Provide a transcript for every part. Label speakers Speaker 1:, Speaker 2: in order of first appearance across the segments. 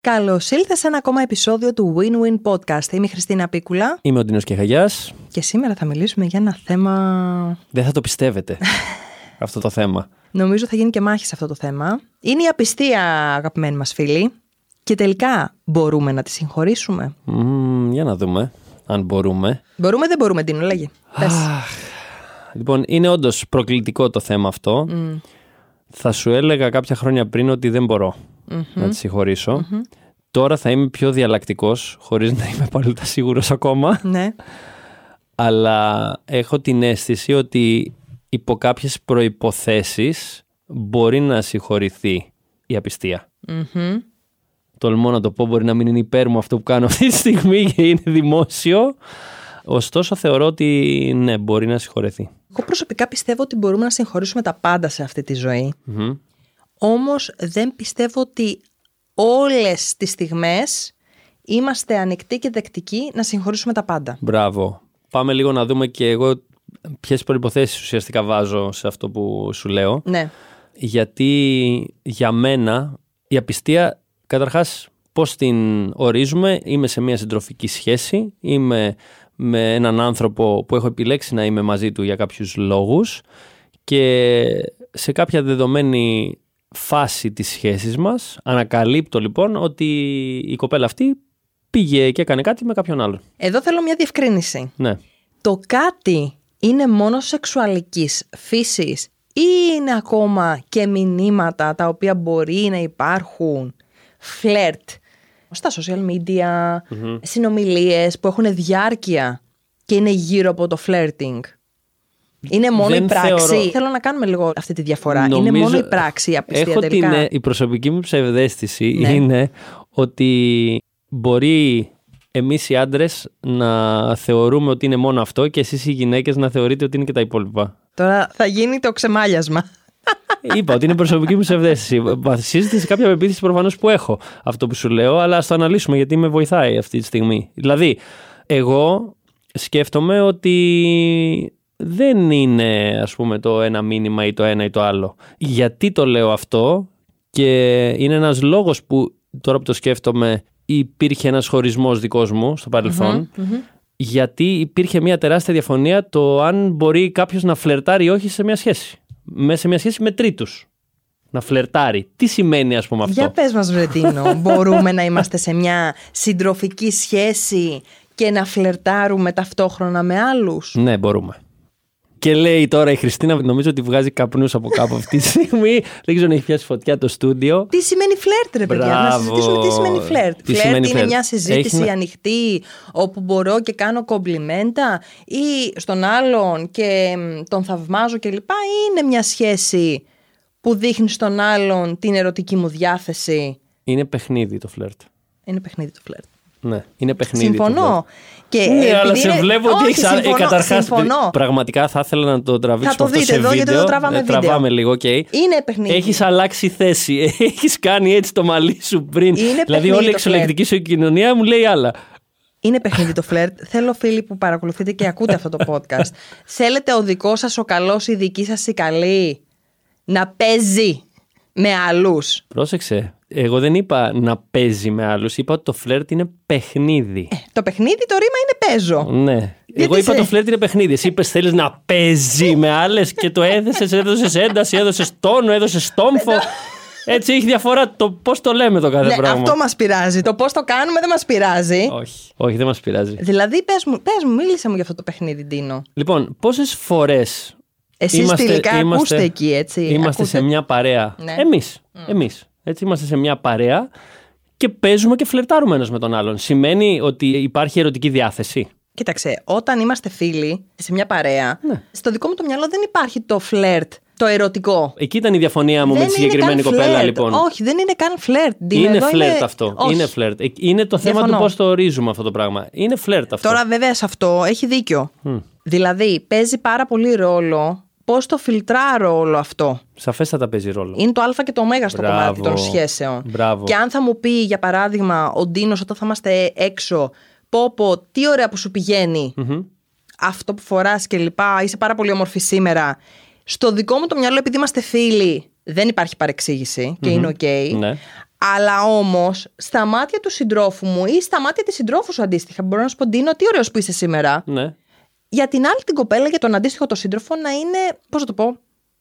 Speaker 1: Καλώ ήλθατε σε ένα ακόμα επεισόδιο του Win-Win Podcast. Είμαι η Χριστίνα Πίκουλα
Speaker 2: Είμαι ο Ντίνο Κεχαγιά.
Speaker 1: και σήμερα θα μιλήσουμε για ένα θέμα.
Speaker 2: Δεν θα το πιστεύετε αυτό το θέμα.
Speaker 1: Νομίζω θα γίνει και μάχη σε αυτό το θέμα. Είναι η απιστία, αγαπημένοι μας φίλοι. Και τελικά μπορούμε να τη συγχωρήσουμε.
Speaker 2: Μμμ, για να δούμε αν μπορούμε.
Speaker 1: Μπορούμε, δεν μπορούμε, Ντίνο, λέγε. Πες.
Speaker 2: Λοιπόν, είναι όντως προκλητικό το θέμα αυτό. Θα σου έλεγα κάποια χρόνια πριν ότι δεν μπορω να τη συγχωρησω Τώρα θα είμαι πιο διαλλακτικός, χωρίς να είμαι απόλυτα σίγουρος ακόμα.
Speaker 1: Ναι.
Speaker 2: αλλά έχω την αίσθηση ότι υπό κάποιες προϋποθέσεις μπορεί να συγχωρηθεί η απιστια Τολμώ να το πω, μπορεί να μην είναι υπέρ μου αυτό που κάνω αυτή τη στιγμή και είναι δημόσιο. Ωστόσο θεωρώ ότι ναι, μπορεί να συγχωρεθει
Speaker 1: Εγώ προσωπικά πιστεύω ότι μπορούμε να συγχωρήσουμε τα πάντα σε αυτή τη ζωή. Όμως δεν πιστεύω ότι όλες τις στιγμές είμαστε ανοιχτοί και δεκτικοί να συγχωρήσουμε τα πάντα.
Speaker 2: Μπράβο. Πάμε λίγο να δούμε και εγώ ποιες προϋποθέσεις ουσιαστικά βάζω σε αυτό που σου λέω.
Speaker 1: Ναι.
Speaker 2: γιατί για μένα η απιστία, καταρχάς πώς την ορίζουμε, είμαι σε μια συντροφική σχέση, είμαι με έναν άνθρωπο που έχω επιλέξει να είμαι μαζί του για κάποιους λόγους και σε κάποια δεδομένη φάση της σχέσης μας ανακαλύπτω λοιπόν ότι η κοπέλα αυτή πήγε και έκανε κάτι με κάποιον άλλον.
Speaker 1: Εδώ θέλω μια διευκρίνηση.
Speaker 2: Ναι.
Speaker 1: Το κάτι είναι μόνο σεξουαλικής φύσης ή είναι ακόμα και μηνύματα τα οποία μπορεί να υπάρχουν φλερτ στα social media, συνομιλίες που έχουν διάρκεια και είναι γύρω από το flirting. Είναι μόνο
Speaker 2: Δεν
Speaker 1: η πράξη.
Speaker 2: θεωρώ-
Speaker 1: Θέλω να κάνουμε λίγο αυτή τη διαφορά. Είναι μόνο η πράξη η απιστία
Speaker 2: Έχω
Speaker 1: τελικά.
Speaker 2: Την, ε, η προσωπική μου ψευδέστηση
Speaker 1: Ναι.
Speaker 2: είναι ότι μπορεί εμείς οι άντρες να θεωρούμε ότι είναι μόνο αυτό και εσείς οι γυναίκες να θεωρείτε ότι είναι και τα υπόλοιπα.
Speaker 1: Τώρα θα γίνει το ξεμάλιασμα.
Speaker 2: Είπα ότι είναι προσωπική μου ψευδέστηση. Βασίζεται σε κάποια πεποίθηση προφανώς που έχω αυτό που σου λέω, αλλά ας το αναλύσουμε γιατί με βοηθάει αυτή τη στιγμή. Δηλαδή, εγώ σκέφτομαι ότι δεν είναι ας πούμε το ένα μήνυμα ή το ένα ή το άλλο. Γιατί το λέω αυτό και είναι ένας λόγος που τώρα που το σκέφτομαι υπήρχε ένας χωρισμός δικός μου στο παρελθον γιατί υπήρχε μια τεράστια διαφωνία το αν μπορεί κάποιος να φλερτάρει ή όχι σε μια σχέση. Μέσα σε μια σχέση με τρίτους. Να φλερτάρει. Τι σημαίνει, ας πούμε, αυτό.
Speaker 1: Για πες μας Βρετίνο, μπορούμε να είμαστε σε μια συντροφική σχέση και να φλερτάρουμε ταυτόχρονα με άλλους.
Speaker 2: Ναι, μπορούμε. Και λέει τώρα η Χριστίνα, νομίζω ότι βγάζει καπνούς από κάπου αυτή τη στιγμή. Δεν ξέρω αν έχει πιάσει φωτιά το στούντιο.
Speaker 1: Τι σημαίνει φλερτ, ρε παιδιά, να
Speaker 2: Μπράβο.
Speaker 1: συζητήσουμε τι σημαίνει φλερτ.
Speaker 2: Τι
Speaker 1: φλερτ
Speaker 2: σημαίνει
Speaker 1: είναι
Speaker 2: φλερτ.
Speaker 1: μια συζήτηση
Speaker 2: Έχεις να-
Speaker 1: ανοιχτή όπου μπορώ και κάνω κομπλιμέντα ή στον άλλον και μ, τον θαυμάζω κλπ. Ή είναι μια σχέση που δείχνει στον άλλον την ερωτική μου διάθεση.
Speaker 2: Είναι παιχνίδι το φλερτ.
Speaker 1: Είναι παιχνίδι το φλερτ.
Speaker 2: Ναι, είναι παιχνίδι. το φλερτ.
Speaker 1: Συμφωνώ. Και
Speaker 2: Ναι,
Speaker 1: επειδή
Speaker 2: αλλά σε
Speaker 1: είναι-
Speaker 2: βλέπω ότι
Speaker 1: Όχι,
Speaker 2: έχεις α- ε,
Speaker 1: συμφωνώ,
Speaker 2: καταρχάς,
Speaker 1: συμφωνώ.
Speaker 2: Πραγματικά θα ήθελα να το τραβήξουμε
Speaker 1: το
Speaker 2: αυτό
Speaker 1: δείτε
Speaker 2: σε
Speaker 1: εδώ,
Speaker 2: βίντεο.
Speaker 1: γιατί εδώ τραβάμε
Speaker 2: Ε,
Speaker 1: βίντεο.
Speaker 2: τραβάμε λίγο, οκ.
Speaker 1: Είναι παιχνίδι.
Speaker 2: Έχεις αλλάξει θέση. Έχεις κάνει έτσι το μαλλί σου πριν.
Speaker 1: Είναι
Speaker 2: δηλαδή
Speaker 1: παιχνίδι
Speaker 2: όλη η
Speaker 1: το
Speaker 2: εξολεκτική σου κοινωνία μου λέει άλλα.
Speaker 1: Είναι παιχνίδι το φλερτ. Θέλω φίλοι που παρακολουθείτε και ακούτε αυτό το podcast. Θέλετε ο δικός σας, ο καλός, η δική σας, η καλή να παίζει με άλλους.
Speaker 2: Πρόσεξε. Εγώ δεν είπα να παίζει με άλλους. Είπα ότι το φλερτ είναι παιχνίδι.
Speaker 1: Ε, Το παιχνίδι, το ρήμα είναι παίζω.
Speaker 2: Ναι. Εγώ
Speaker 1: Γιατί
Speaker 2: είπα
Speaker 1: σε-
Speaker 2: το φλερτ είναι παιχνίδι. Εσύ είπες θέλεις να παίζει με άλλες και το έδεσε, έδωσες ένταση, έδωσες τόνο, έδωσες τόμφο. Έτσι έχει διαφορά το πώς το λέμε το κάθε
Speaker 1: Ναι,
Speaker 2: πράγμα.
Speaker 1: αυτό μας πειράζει. Το πώς το κάνουμε δεν μας πειράζει.
Speaker 2: Όχι. Όχι, δεν μας πειράζει.
Speaker 1: Δηλαδή, πες μου, πες μου, μίλησε μου για αυτό το παιχνίδι, Ντίνο.
Speaker 2: Λοιπόν, πόσες φορές.
Speaker 1: Εσείς τελικά ακούστε εκεί, έτσι,
Speaker 2: Είμαστε
Speaker 1: ακούτε.
Speaker 2: σε μια παρέα.
Speaker 1: Ναι.
Speaker 2: Εμείς, εμείς, Έτσι, είμαστε σε μια παρέα και παίζουμε και φλερτάρουμε ένας με τον άλλον. Σημαίνει ότι υπάρχει ερωτική διάθεση.
Speaker 1: Κοίταξε, όταν είμαστε φίλοι σε μια παρέα,
Speaker 2: Ναι.
Speaker 1: στο δικό μου το μυαλό δεν υπάρχει το φλερτ, το ερωτικό.
Speaker 2: Εκεί ήταν η διαφωνία μου
Speaker 1: δεν
Speaker 2: με τη
Speaker 1: είναι
Speaker 2: συγκεκριμένη
Speaker 1: καν
Speaker 2: κοπέλα,
Speaker 1: φλερτ.
Speaker 2: λοιπόν.
Speaker 1: Όχι, δεν είναι καν φλερτ. Ντίνο.
Speaker 2: Είναι
Speaker 1: Εδώ
Speaker 2: φλερτ αυτό.
Speaker 1: Όχι.
Speaker 2: Είναι φλερτ. Ε, Είναι το θέμα
Speaker 1: Διαφωνώ.
Speaker 2: του πώς το ορίζουμε αυτό το πράγμα. Είναι φλερτ αυτό.
Speaker 1: Τώρα βέβαια σε αυτό έχει δίκιο. Δηλαδή παίζει πάρα πολύ ρόλο πώς το φιλτράρω όλο αυτό.
Speaker 2: Σαφέστατα παίζει ρόλο.
Speaker 1: Είναι το α και το ω στο
Speaker 2: Μπράβο.
Speaker 1: κομμάτι των σχέσεων.
Speaker 2: Μπράβο.
Speaker 1: Και αν θα μου πει για παράδειγμα ο Ντίνος όταν θα είμαστε έξω πω πω τι ωραία που σου πηγαινει αυτό που φοράς και λοιπά είσαι πάρα πολύ όμορφη σήμερα. Στο δικό μου το μυαλό επειδή είμαστε φίλοι δεν υπάρχει παρεξήγηση και είναι οκ.
Speaker 2: Ναι.
Speaker 1: Αλλά όμως, στα μάτια του συντρόφου μου ή στα μάτια της συντρόφου σου αντίστοιχα, μπορώ να σου πω: Ντίνο, τι ωραίος που είσαι σήμερα.
Speaker 2: Ναι.
Speaker 1: Για την άλλη την κοπέλα, για τον αντίστοιχο το σύντροφο, να είναι, πώς να το πω,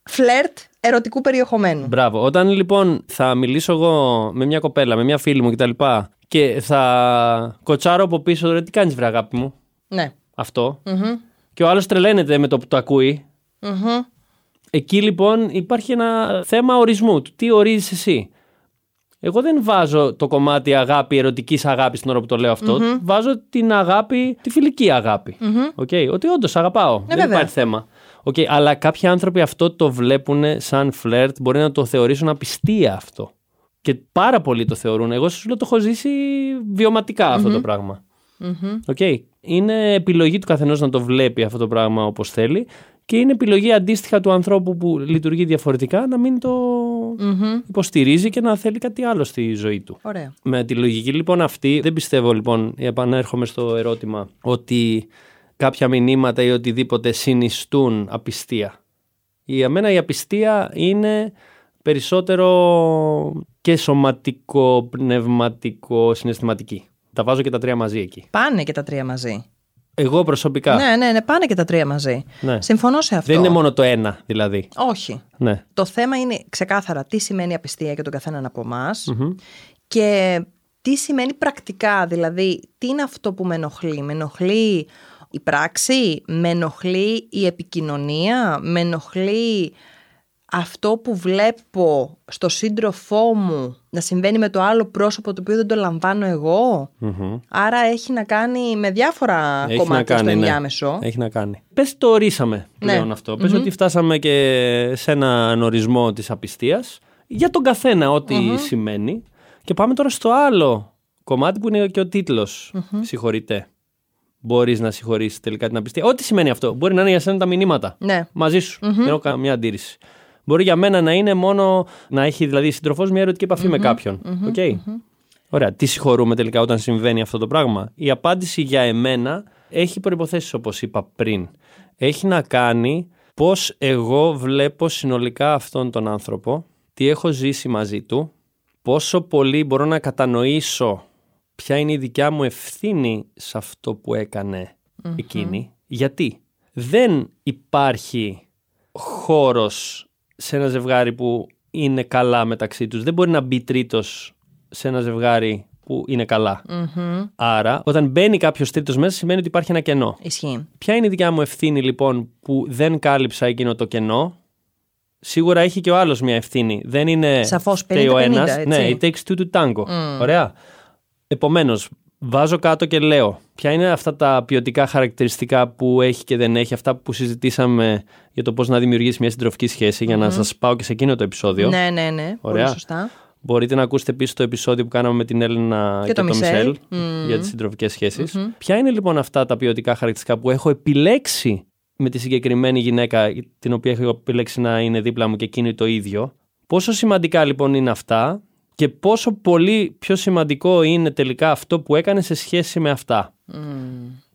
Speaker 1: φλερτ ερωτικού περιεχομένου.
Speaker 2: Μπράβο. Όταν λοιπόν θα μιλήσω εγώ με μια κοπέλα, με μια φίλη μου κτλ. Και θα κοτσάρω από πίσω, ρε, τι κάνεις, βρε αγάπη μου.
Speaker 1: Ναι.
Speaker 2: αυτο Και ο άλλος τρελαίνεται με το που το ακουει Εκεί λοιπόν υπάρχει ένα θέμα ορισμού του. Τι ορίζεις εσύ. Εγώ δεν βάζω το κομμάτι αγάπη, ερωτικής αγάπης την ώρα που το λέω αυτό. Βάζω την αγάπη, τη φιλική αγάπη. Οκ, Ότι όντως αγαπάω. δεν
Speaker 1: βέβαια.
Speaker 2: υπάρχει θέμα. Οκ, Αλλά κάποιοι άνθρωποι αυτό το βλέπουν σαν φλερτ. Μπορεί να το θεωρήσουν απιστία αυτό. Και πάρα πολλοί το θεωρούν. Εγώ σου λέω το έχω ζήσει βιωματικά αυτό το πραγμα Οκ. Είναι επιλογή του καθενός να το βλέπει αυτό το πράγμα όπως θέλει και είναι επιλογή αντίστοιχα του ανθρώπου που λειτουργεί διαφορετικά να μην το υποστηρίζει και να θέλει κάτι άλλο στη ζωή του.
Speaker 1: Ωραία.
Speaker 2: Με τη λογική λοιπόν αυτή, δεν πιστεύω λοιπόν, επανέρχομαι στο ερώτημα, ότι κάποια μηνύματα ή οτιδήποτε συνιστούν απιστία. Για μένα η απιστία είναι περισσότερο και σωματικό, πνευματικό, συναισθηματική. Τα βάζω και τα τρία μαζί εκεί.
Speaker 1: Πάνε και τα τρία μαζί.
Speaker 2: Εγώ προσωπικά.
Speaker 1: Ναι, ναι, ναι, πάνε και τα τρία μαζί.
Speaker 2: Ναι.
Speaker 1: Συμφωνώ σε αυτό.
Speaker 2: Δεν είναι μόνο το ένα, δηλαδή.
Speaker 1: Όχι.
Speaker 2: Ναι.
Speaker 1: Το θέμα είναι ξεκάθαρα τι σημαίνει απιστία για τον καθέναν από εμάς και τι σημαίνει πρακτικά, δηλαδή τι είναι αυτό που με ενοχλεί. Με ενοχλεί η πράξη, με ενοχλεί η επικοινωνία, με ενοχλεί αυτό που βλέπω στο σύντροφό μου να συμβαίνει με το άλλο πρόσωπο το οποίο δεν το λαμβάνω εγώ. Άρα έχει να κάνει με διάφορα
Speaker 2: Έχει να
Speaker 1: κομμάτια
Speaker 2: κάνει.
Speaker 1: στο
Speaker 2: ναι.
Speaker 1: ενδιάμεσο. Ναι.
Speaker 2: Έχει να κάνει. Πες το ορίσαμε πλέον αυτό. Πες ότι φτάσαμε και σε έναν ορισμό της απιστίας για τον καθένα, ό,τι σημαίνει. Και πάμε τώρα στο άλλο κομμάτι που είναι και ο τίτλος. Συγχωρείτε. Μπορείς να συγχωρήσει τελικά την απιστία. Ό,τι σημαίνει αυτό. Μπορεί να είναι για σένα τα μηνύματα.
Speaker 1: Ναι.
Speaker 2: Μαζί σου. Δεν έχω καμία αντίρρηση. Μπορεί για μένα να είναι μόνο να έχει δηλαδή συντροφός μια ερωτική επαφή με κάποιον. Οκ. Ωραία. Τι συγχωρούμε τελικά όταν συμβαίνει αυτό το πράγμα. Η απάντηση για εμένα έχει προποθέσει όπως είπα πριν. Έχει να κάνει πώς εγώ βλέπω συνολικά αυτόν τον άνθρωπο, τι έχω ζήσει μαζί του, πόσο πολύ μπορώ να κατανοήσω ποια είναι η δικιά μου ευθύνη σε αυτό που έκανε εκείνη. Γιατί δεν υπάρχει χώρος σε ένα ζευγάρι που είναι καλά μεταξύ τους. Δεν μπορεί να μπει τρίτος σε ένα ζευγάρι που είναι καλά. Άρα, όταν μπαίνει κάποιος τρίτος μέσα, σημαίνει ότι υπάρχει ένα κενό.
Speaker 1: Ισχύει.
Speaker 2: Ποια είναι η δικιά μου ευθύνη λοιπόν που δεν κάλυψα εκείνο το κενό. Σίγουρα έχει και ο άλλος μια ευθύνη. Δεν είναι.
Speaker 1: Σαφώς,
Speaker 2: φταίει ο
Speaker 1: 50-50,
Speaker 2: ένας.
Speaker 1: έτσι. Mm.
Speaker 2: Ναι, it takes two to tango. Ωραία. Επομένως, βάζω κάτω και λέω ποια είναι αυτά τα ποιοτικά χαρακτηριστικά που έχει και δεν έχει, αυτά που συζητήσαμε για το πώς να δημιουργήσει μια συντροφική σχέση, για να
Speaker 1: Mm-hmm.
Speaker 2: σας πάω και σε εκείνο το επεισόδιο.
Speaker 1: Ναι, ναι, ναι.
Speaker 2: Ωραία.
Speaker 1: Πολύ σωστά.
Speaker 2: Μπορείτε να ακούσετε επίσης το επεισόδιο που κάναμε με την Έλληνα και,
Speaker 1: Και το
Speaker 2: τον Μισελ,
Speaker 1: Μισελ.
Speaker 2: για τις συντροφικές Ποια είναι λοιπόν αυτά τα ποιοτικά χαρακτηριστικά που έχω επιλέξει με τη συγκεκριμένη γυναίκα, την οποία έχω επιλέξει να είναι δίπλα μου και εκείνη το ίδιο. Πόσο σημαντικά λοιπόν είναι αυτά και πόσο πολύ πιο σημαντικό είναι τελικά αυτό που έκανε σε σχέση με αυτά.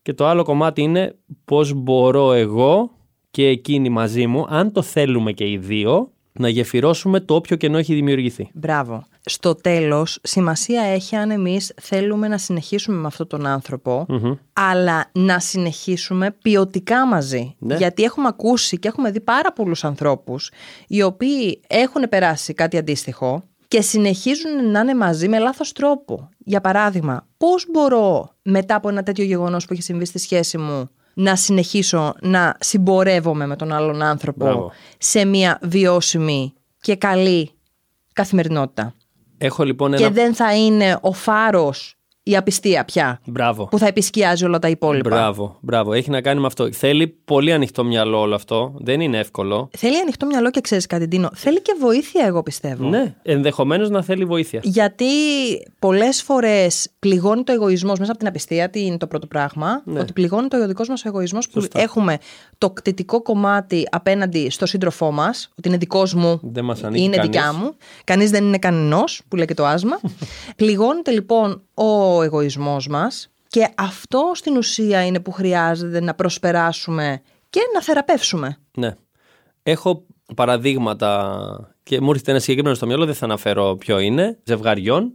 Speaker 2: Και το άλλο κομμάτι είναι πώς μπορώ εγώ και εκείνη μαζί μου, αν το θέλουμε και οι δύο, να γεφυρώσουμε το όποιο κενό έχει δημιουργηθεί.
Speaker 1: Μπράβο. Στο τέλος, σημασία έχει αν εμείς θέλουμε να συνεχίσουμε με αυτόν τον άνθρωπο, αλλά να συνεχίσουμε ποιοτικά μαζί. Γιατί έχουμε ακούσει και έχουμε δει πάρα πολλούς ανθρώπους, οι οποίοι έχουν περάσει κάτι αντίστοιχο και συνεχίζουν να είναι μαζί με λάθος τρόπο. Για παράδειγμα, πώς μπορώ μετά από ένα τέτοιο γεγονός που έχει συμβεί στη σχέση μου, να συνεχίσω να συμπορεύομαι με τον άλλον άνθρωπο
Speaker 2: Μπράβο.
Speaker 1: σε μια βιώσιμη και καλή καθημερινότητα.
Speaker 2: Έχω λοιπόν ένα.
Speaker 1: Και δεν θα είναι ο φάρος η απιστία πια
Speaker 2: Μπράβο.
Speaker 1: που θα επισκιάζει όλα τα υπόλοιπα.
Speaker 2: Μπράβο, μπράβο. Έχει να κάνει με αυτό. Θέλει πολύ ανοιχτό μυαλό όλο αυτό. Δεν είναι εύκολο.
Speaker 1: Θέλει ανοιχτό μυαλό και ξέρεις κάτι, Ντίνο. Θέλει και βοήθεια, εγώ πιστεύω.
Speaker 2: Ναι. Ενδεχομένως να θέλει βοήθεια.
Speaker 1: Γιατί πολλές φορές πληγώνει το εγωισμό μέσα από την απιστία. Τι είναι το πρώτο πράγμα.
Speaker 2: Ναι.
Speaker 1: Ότι πληγώνει το δικός μας εγωισμός που έχουμε το κτητικό κομμάτι απέναντι στο σύντροφό μας, ότι είναι δικός μου,
Speaker 2: Δεν μας ανήκει
Speaker 1: είναι δικιά
Speaker 2: κανείς.
Speaker 1: μου. Κανείς δεν είναι κανενός, που λέει και το άσμα. Πληγώνεται λοιπόν ο εγωισμός μας και αυτό στην ουσία είναι που χρειάζεται να προσπεράσουμε και να θεραπεύσουμε.
Speaker 2: Ναι. Έχω παραδείγματα και μου έρχεται ένα συγκεκριμένο στο μυαλό, δεν θα αναφέρω ποιο είναι, ζευγαριών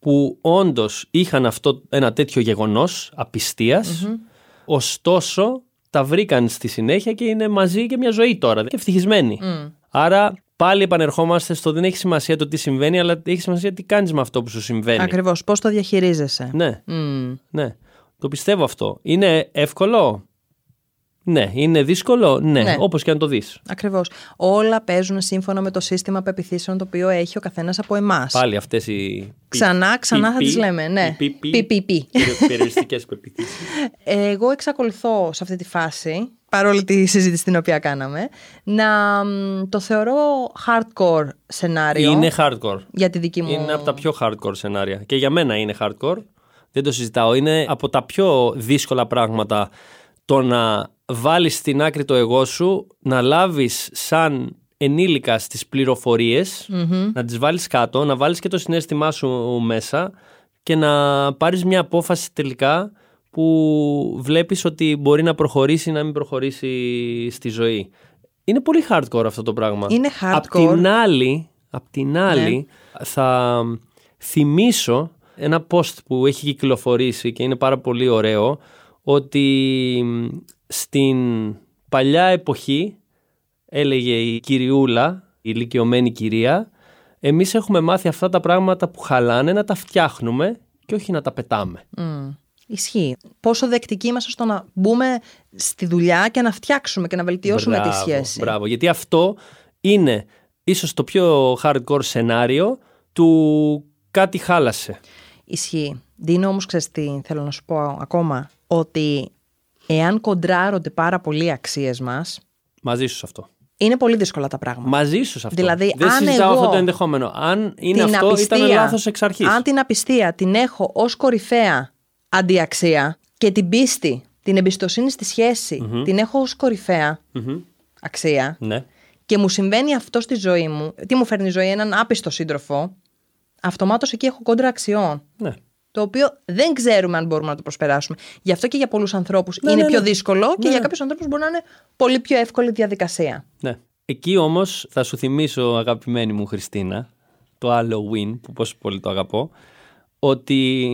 Speaker 2: που όντως είχαν αυτό, ένα τέτοιο γεγονός απιστίας, Ωστόσο, τα βρήκαν στη συνέχεια και είναι μαζί και μια ζωή τώρα. Και ευτυχισμένοι. Άρα πάλι επανερχόμαστε στο δεν έχει σημασία το τι συμβαίνει, αλλά έχει σημασία τι κάνεις με αυτό που σου συμβαίνει.
Speaker 1: Ακριβώς. Πώς το διαχειρίζεσαι.
Speaker 2: Ναι. Ναι. Το πιστεύω αυτό. Είναι εύκολο. Ναι. Είναι δύσκολο. Ναι.
Speaker 1: Ναι.
Speaker 2: Όπως και αν το δεις.
Speaker 1: Ακριβώς. Όλα παίζουν σύμφωνα με το σύστημα πεπιθήσεων το οποίο έχει ο καθένας από εμάς.
Speaker 2: Πάλι αυτές οι.
Speaker 1: Ξανά, ξανά θα τις λέμε, ναι. Πι, πι, πι.
Speaker 2: Περιοριστικές πεπιθήσεις.
Speaker 1: Εγώ εξακολουθώ σε αυτή τη φάση, παρόλη τη συζήτηση την οποία κάναμε, να μ, το θεωρώ hardcore σενάριο
Speaker 2: Είναι hardcore.
Speaker 1: για τη δική μου.
Speaker 2: Είναι από τα πιο hardcore σενάρια. Και για μένα είναι hardcore. Δεν το συζητάω. Είναι από τα πιο δύσκολα πράγματα το να βάλεις στην άκρη το εγώ σου, να λάβεις σαν ενήλικα τις πληροφοριες να τις βάλεις κάτω, να βάλεις και το συνέστημά σου μέσα και να πάρεις μια απόφαση τελικά που βλέπεις ότι μπορεί να προχωρήσει ή να μην προχωρήσει στη ζωή. Είναι πολύ hardcore αυτό το πράγμα.
Speaker 1: Είναι
Speaker 2: Απ'
Speaker 1: hardcore. Ναι.
Speaker 2: την άλλη, απ' την άλλη θα θυμίσω ένα post που έχει κυκλοφορήσει και είναι πάρα πολύ ωραίο ότι στην παλιά εποχή έλεγε η κυριούλα, η ηλικιωμένη κυρία εμείς έχουμε μάθει αυτά τα πράγματα που χαλάνε να τα φτιάχνουμε και όχι να τα πετάμε.
Speaker 1: Μ, Ισχύει. Πόσο δεκτικοί είμαστε στο να μπούμε στη δουλειά και να φτιάξουμε και να βελτιώσουμε τη
Speaker 2: Μπράβο,
Speaker 1: σχέση.
Speaker 2: Μπράβο, γιατί αυτό είναι ίσως το πιο hardcore σενάριο του κάτι χάλασε.
Speaker 1: Ισχύει. Δίνω όμως, ξέρεις τι θέλω να σου πω ακόμα. Ότι εάν κοντράρονται πάρα πολύ οι αξίες μας,
Speaker 2: Μαζί σου σε αυτό.
Speaker 1: είναι πολύ δύσκολα τα πράγματα.
Speaker 2: Μαζί σου σε αυτό.
Speaker 1: Δηλαδή,
Speaker 2: Δεν
Speaker 1: αν
Speaker 2: συζητάω
Speaker 1: εγώ
Speaker 2: αυτό το ενδεχόμενο. Αν είναι αυτό, ήταν λάθος εξ αρχής.
Speaker 1: Αν την απιστία την έχω ως κορυφαία αντιαξία και την πίστη, την εμπιστοσύνη στη σχεση την έχω ως κορυφαια αξία
Speaker 2: Ναι.
Speaker 1: και μου συμβαίνει αυτό στη ζωή μου, τι μου φέρνει η ζωή, έναν άπιστο σύντροφο, αυτομάτως εκεί έχω κόντρα αξιών.
Speaker 2: ναι.
Speaker 1: Το οποίο δεν ξέρουμε αν μπορούμε να το προσπεράσουμε. Γι' αυτό και για πολλούς ανθρώπους είναι
Speaker 2: ναι,
Speaker 1: πιο
Speaker 2: ναι.
Speaker 1: δύσκολο και
Speaker 2: Ναι,
Speaker 1: για
Speaker 2: ναι.
Speaker 1: κάποιους ανθρώπους μπορεί να είναι πολύ πιο εύκολη διαδικασία.
Speaker 2: ναι. Εκεί όμως θα σου θυμίσω, αγαπημένη μου Χριστίνα, το Halloween, που πόσο πολύ το αγαπώ, ότι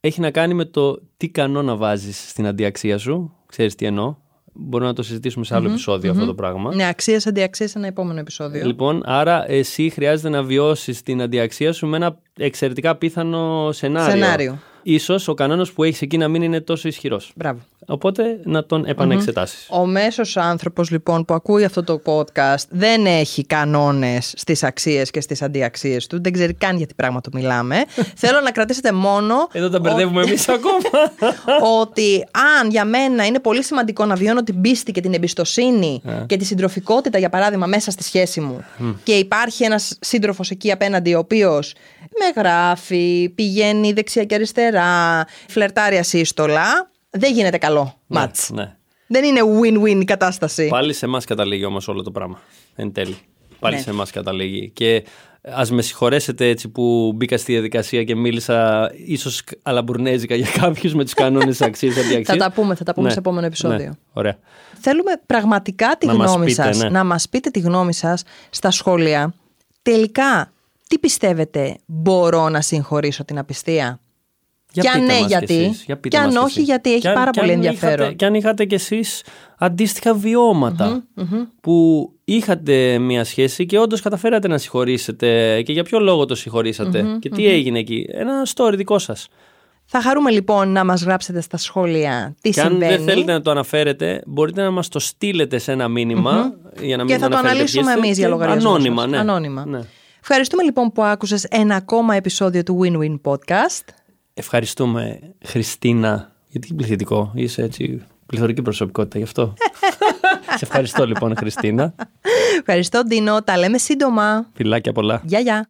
Speaker 2: έχει να κάνει με το τι κανόνα βάζεις στην αντιαξία σου. Ξέρεις τι εννοώ. Μπορούμε να το συζητήσουμε σε άλλο επεισόδιο αυτό το πράγμα.
Speaker 1: Ναι, αξίε, αντιαξίε, ένα επόμενο επεισόδιο.
Speaker 2: Λοιπόν, άρα εσύ χρειάζεται να βιώσεις την αντιαξία σου με ένα εξαιρετικά πιθανό σενάριο.
Speaker 1: Σενάριο.
Speaker 2: Ίσως ο κανόνας που έχεις εκεί να μην είναι τόσο ισχυρός.
Speaker 1: Μπράβο.
Speaker 2: Οπότε να τον επανεξετασει
Speaker 1: Ο μέσος άνθρωπος λοιπόν που ακούει αυτό το podcast δεν έχει κανόνες στις αξίες και στις αντιαξίες του. Δεν ξέρει καν για τι πράγμα του μιλάμε. Θέλω να κρατήσετε μόνο
Speaker 2: Εδώ τα μπερδεύουμε εμείς ακόμα.
Speaker 1: ότι αν για μένα είναι πολύ σημαντικό να βιώνω την πίστη και την εμπιστοσύνη
Speaker 2: Ε.
Speaker 1: και τη συντροφικότητα, για παράδειγμα, μέσα στη σχέση μου και υπάρχει ένας σύντροφος εκεί απέναντι, ο οποίος με γράφει, πηγαίνει δεξιά και αριστερά, φλερτάρει ασύστολα, δεν γίνεται καλό μάτς.
Speaker 2: ναι.
Speaker 1: Δεν είναι win-win η κατάσταση.
Speaker 2: Πάλι σε εμάς καταλήγει όμως όλο το πράγμα. Εν τέλει. Πάλι
Speaker 1: Ναι.
Speaker 2: σε εμάς καταλήγει. Και ας με συγχωρέσετε έτσι που μπήκα στη διαδικασία και μίλησα ίσως αλαμπουρνέζικα για κάποιους με τους κανόνες αξίε αντιαξίε.
Speaker 1: Θα τα πούμε, θα τα πούμε σε επόμενο επεισόδιο.
Speaker 2: Ναι. Ωραία.
Speaker 1: Θέλουμε πραγματικά τη
Speaker 2: Να μας
Speaker 1: γνώμη
Speaker 2: πείτε,
Speaker 1: σας.
Speaker 2: ναι.
Speaker 1: Να μας πείτε τη γνώμη σας στα σχόλια. Τελικά, τι πιστεύετε, μπορώ να συγχωρήσω την απιστία.
Speaker 2: Για
Speaker 1: Κι αν
Speaker 2: πείτε
Speaker 1: ναι,
Speaker 2: μας
Speaker 1: γιατί.
Speaker 2: κι εσείς. Για πείτε
Speaker 1: Κι αν
Speaker 2: μας κι
Speaker 1: όχι,
Speaker 2: εσείς.
Speaker 1: γιατί. Έχει
Speaker 2: Κι αν-
Speaker 1: πάρα
Speaker 2: κι
Speaker 1: πολύ
Speaker 2: αν
Speaker 1: ενδιαφέρον.
Speaker 2: είχατε- Κι αν είχατε κι εσείς αντίστοιχα βιώματα που είχατε μια σχέση και όντως καταφέρατε να συγχωρήσετε και για ποιο λόγο το συγχωρησατε και τι έγινε εκεί. Ένα story δικό σας.
Speaker 1: Θα χαρούμε λοιπόν να μας γράψετε στα σχόλια τι
Speaker 2: Και αν
Speaker 1: συμβαίνει.
Speaker 2: δεν θέλετε να το αναφέρετε, μπορείτε να μας το στείλετε σε ένα μήνυμα για να μην
Speaker 1: και θα το
Speaker 2: αναφέρετε
Speaker 1: αναλύσουμε
Speaker 2: ποιες είστε.
Speaker 1: εμείς για λογαριασμό
Speaker 2: Ανώνυμα,
Speaker 1: σας.
Speaker 2: ναι.
Speaker 1: Ανώνυμα.
Speaker 2: Ναι.
Speaker 1: Ευχαριστούμε λοιπόν που άκουσες ένα ακόμα επεισόδιο του Win-Win Podcast.
Speaker 2: Ευχαριστούμε, Χριστίνα. Γιατί πληθυντικό, είσαι έτσι πληθωρική προσωπικότητα γι' αυτό. Σε ευχαριστώ λοιπόν, Χριστίνα.
Speaker 1: Ευχαριστώ Ντίνο, τα λέμε σύντομα.
Speaker 2: Φιλάκια πολλά.
Speaker 1: Γεια γεια.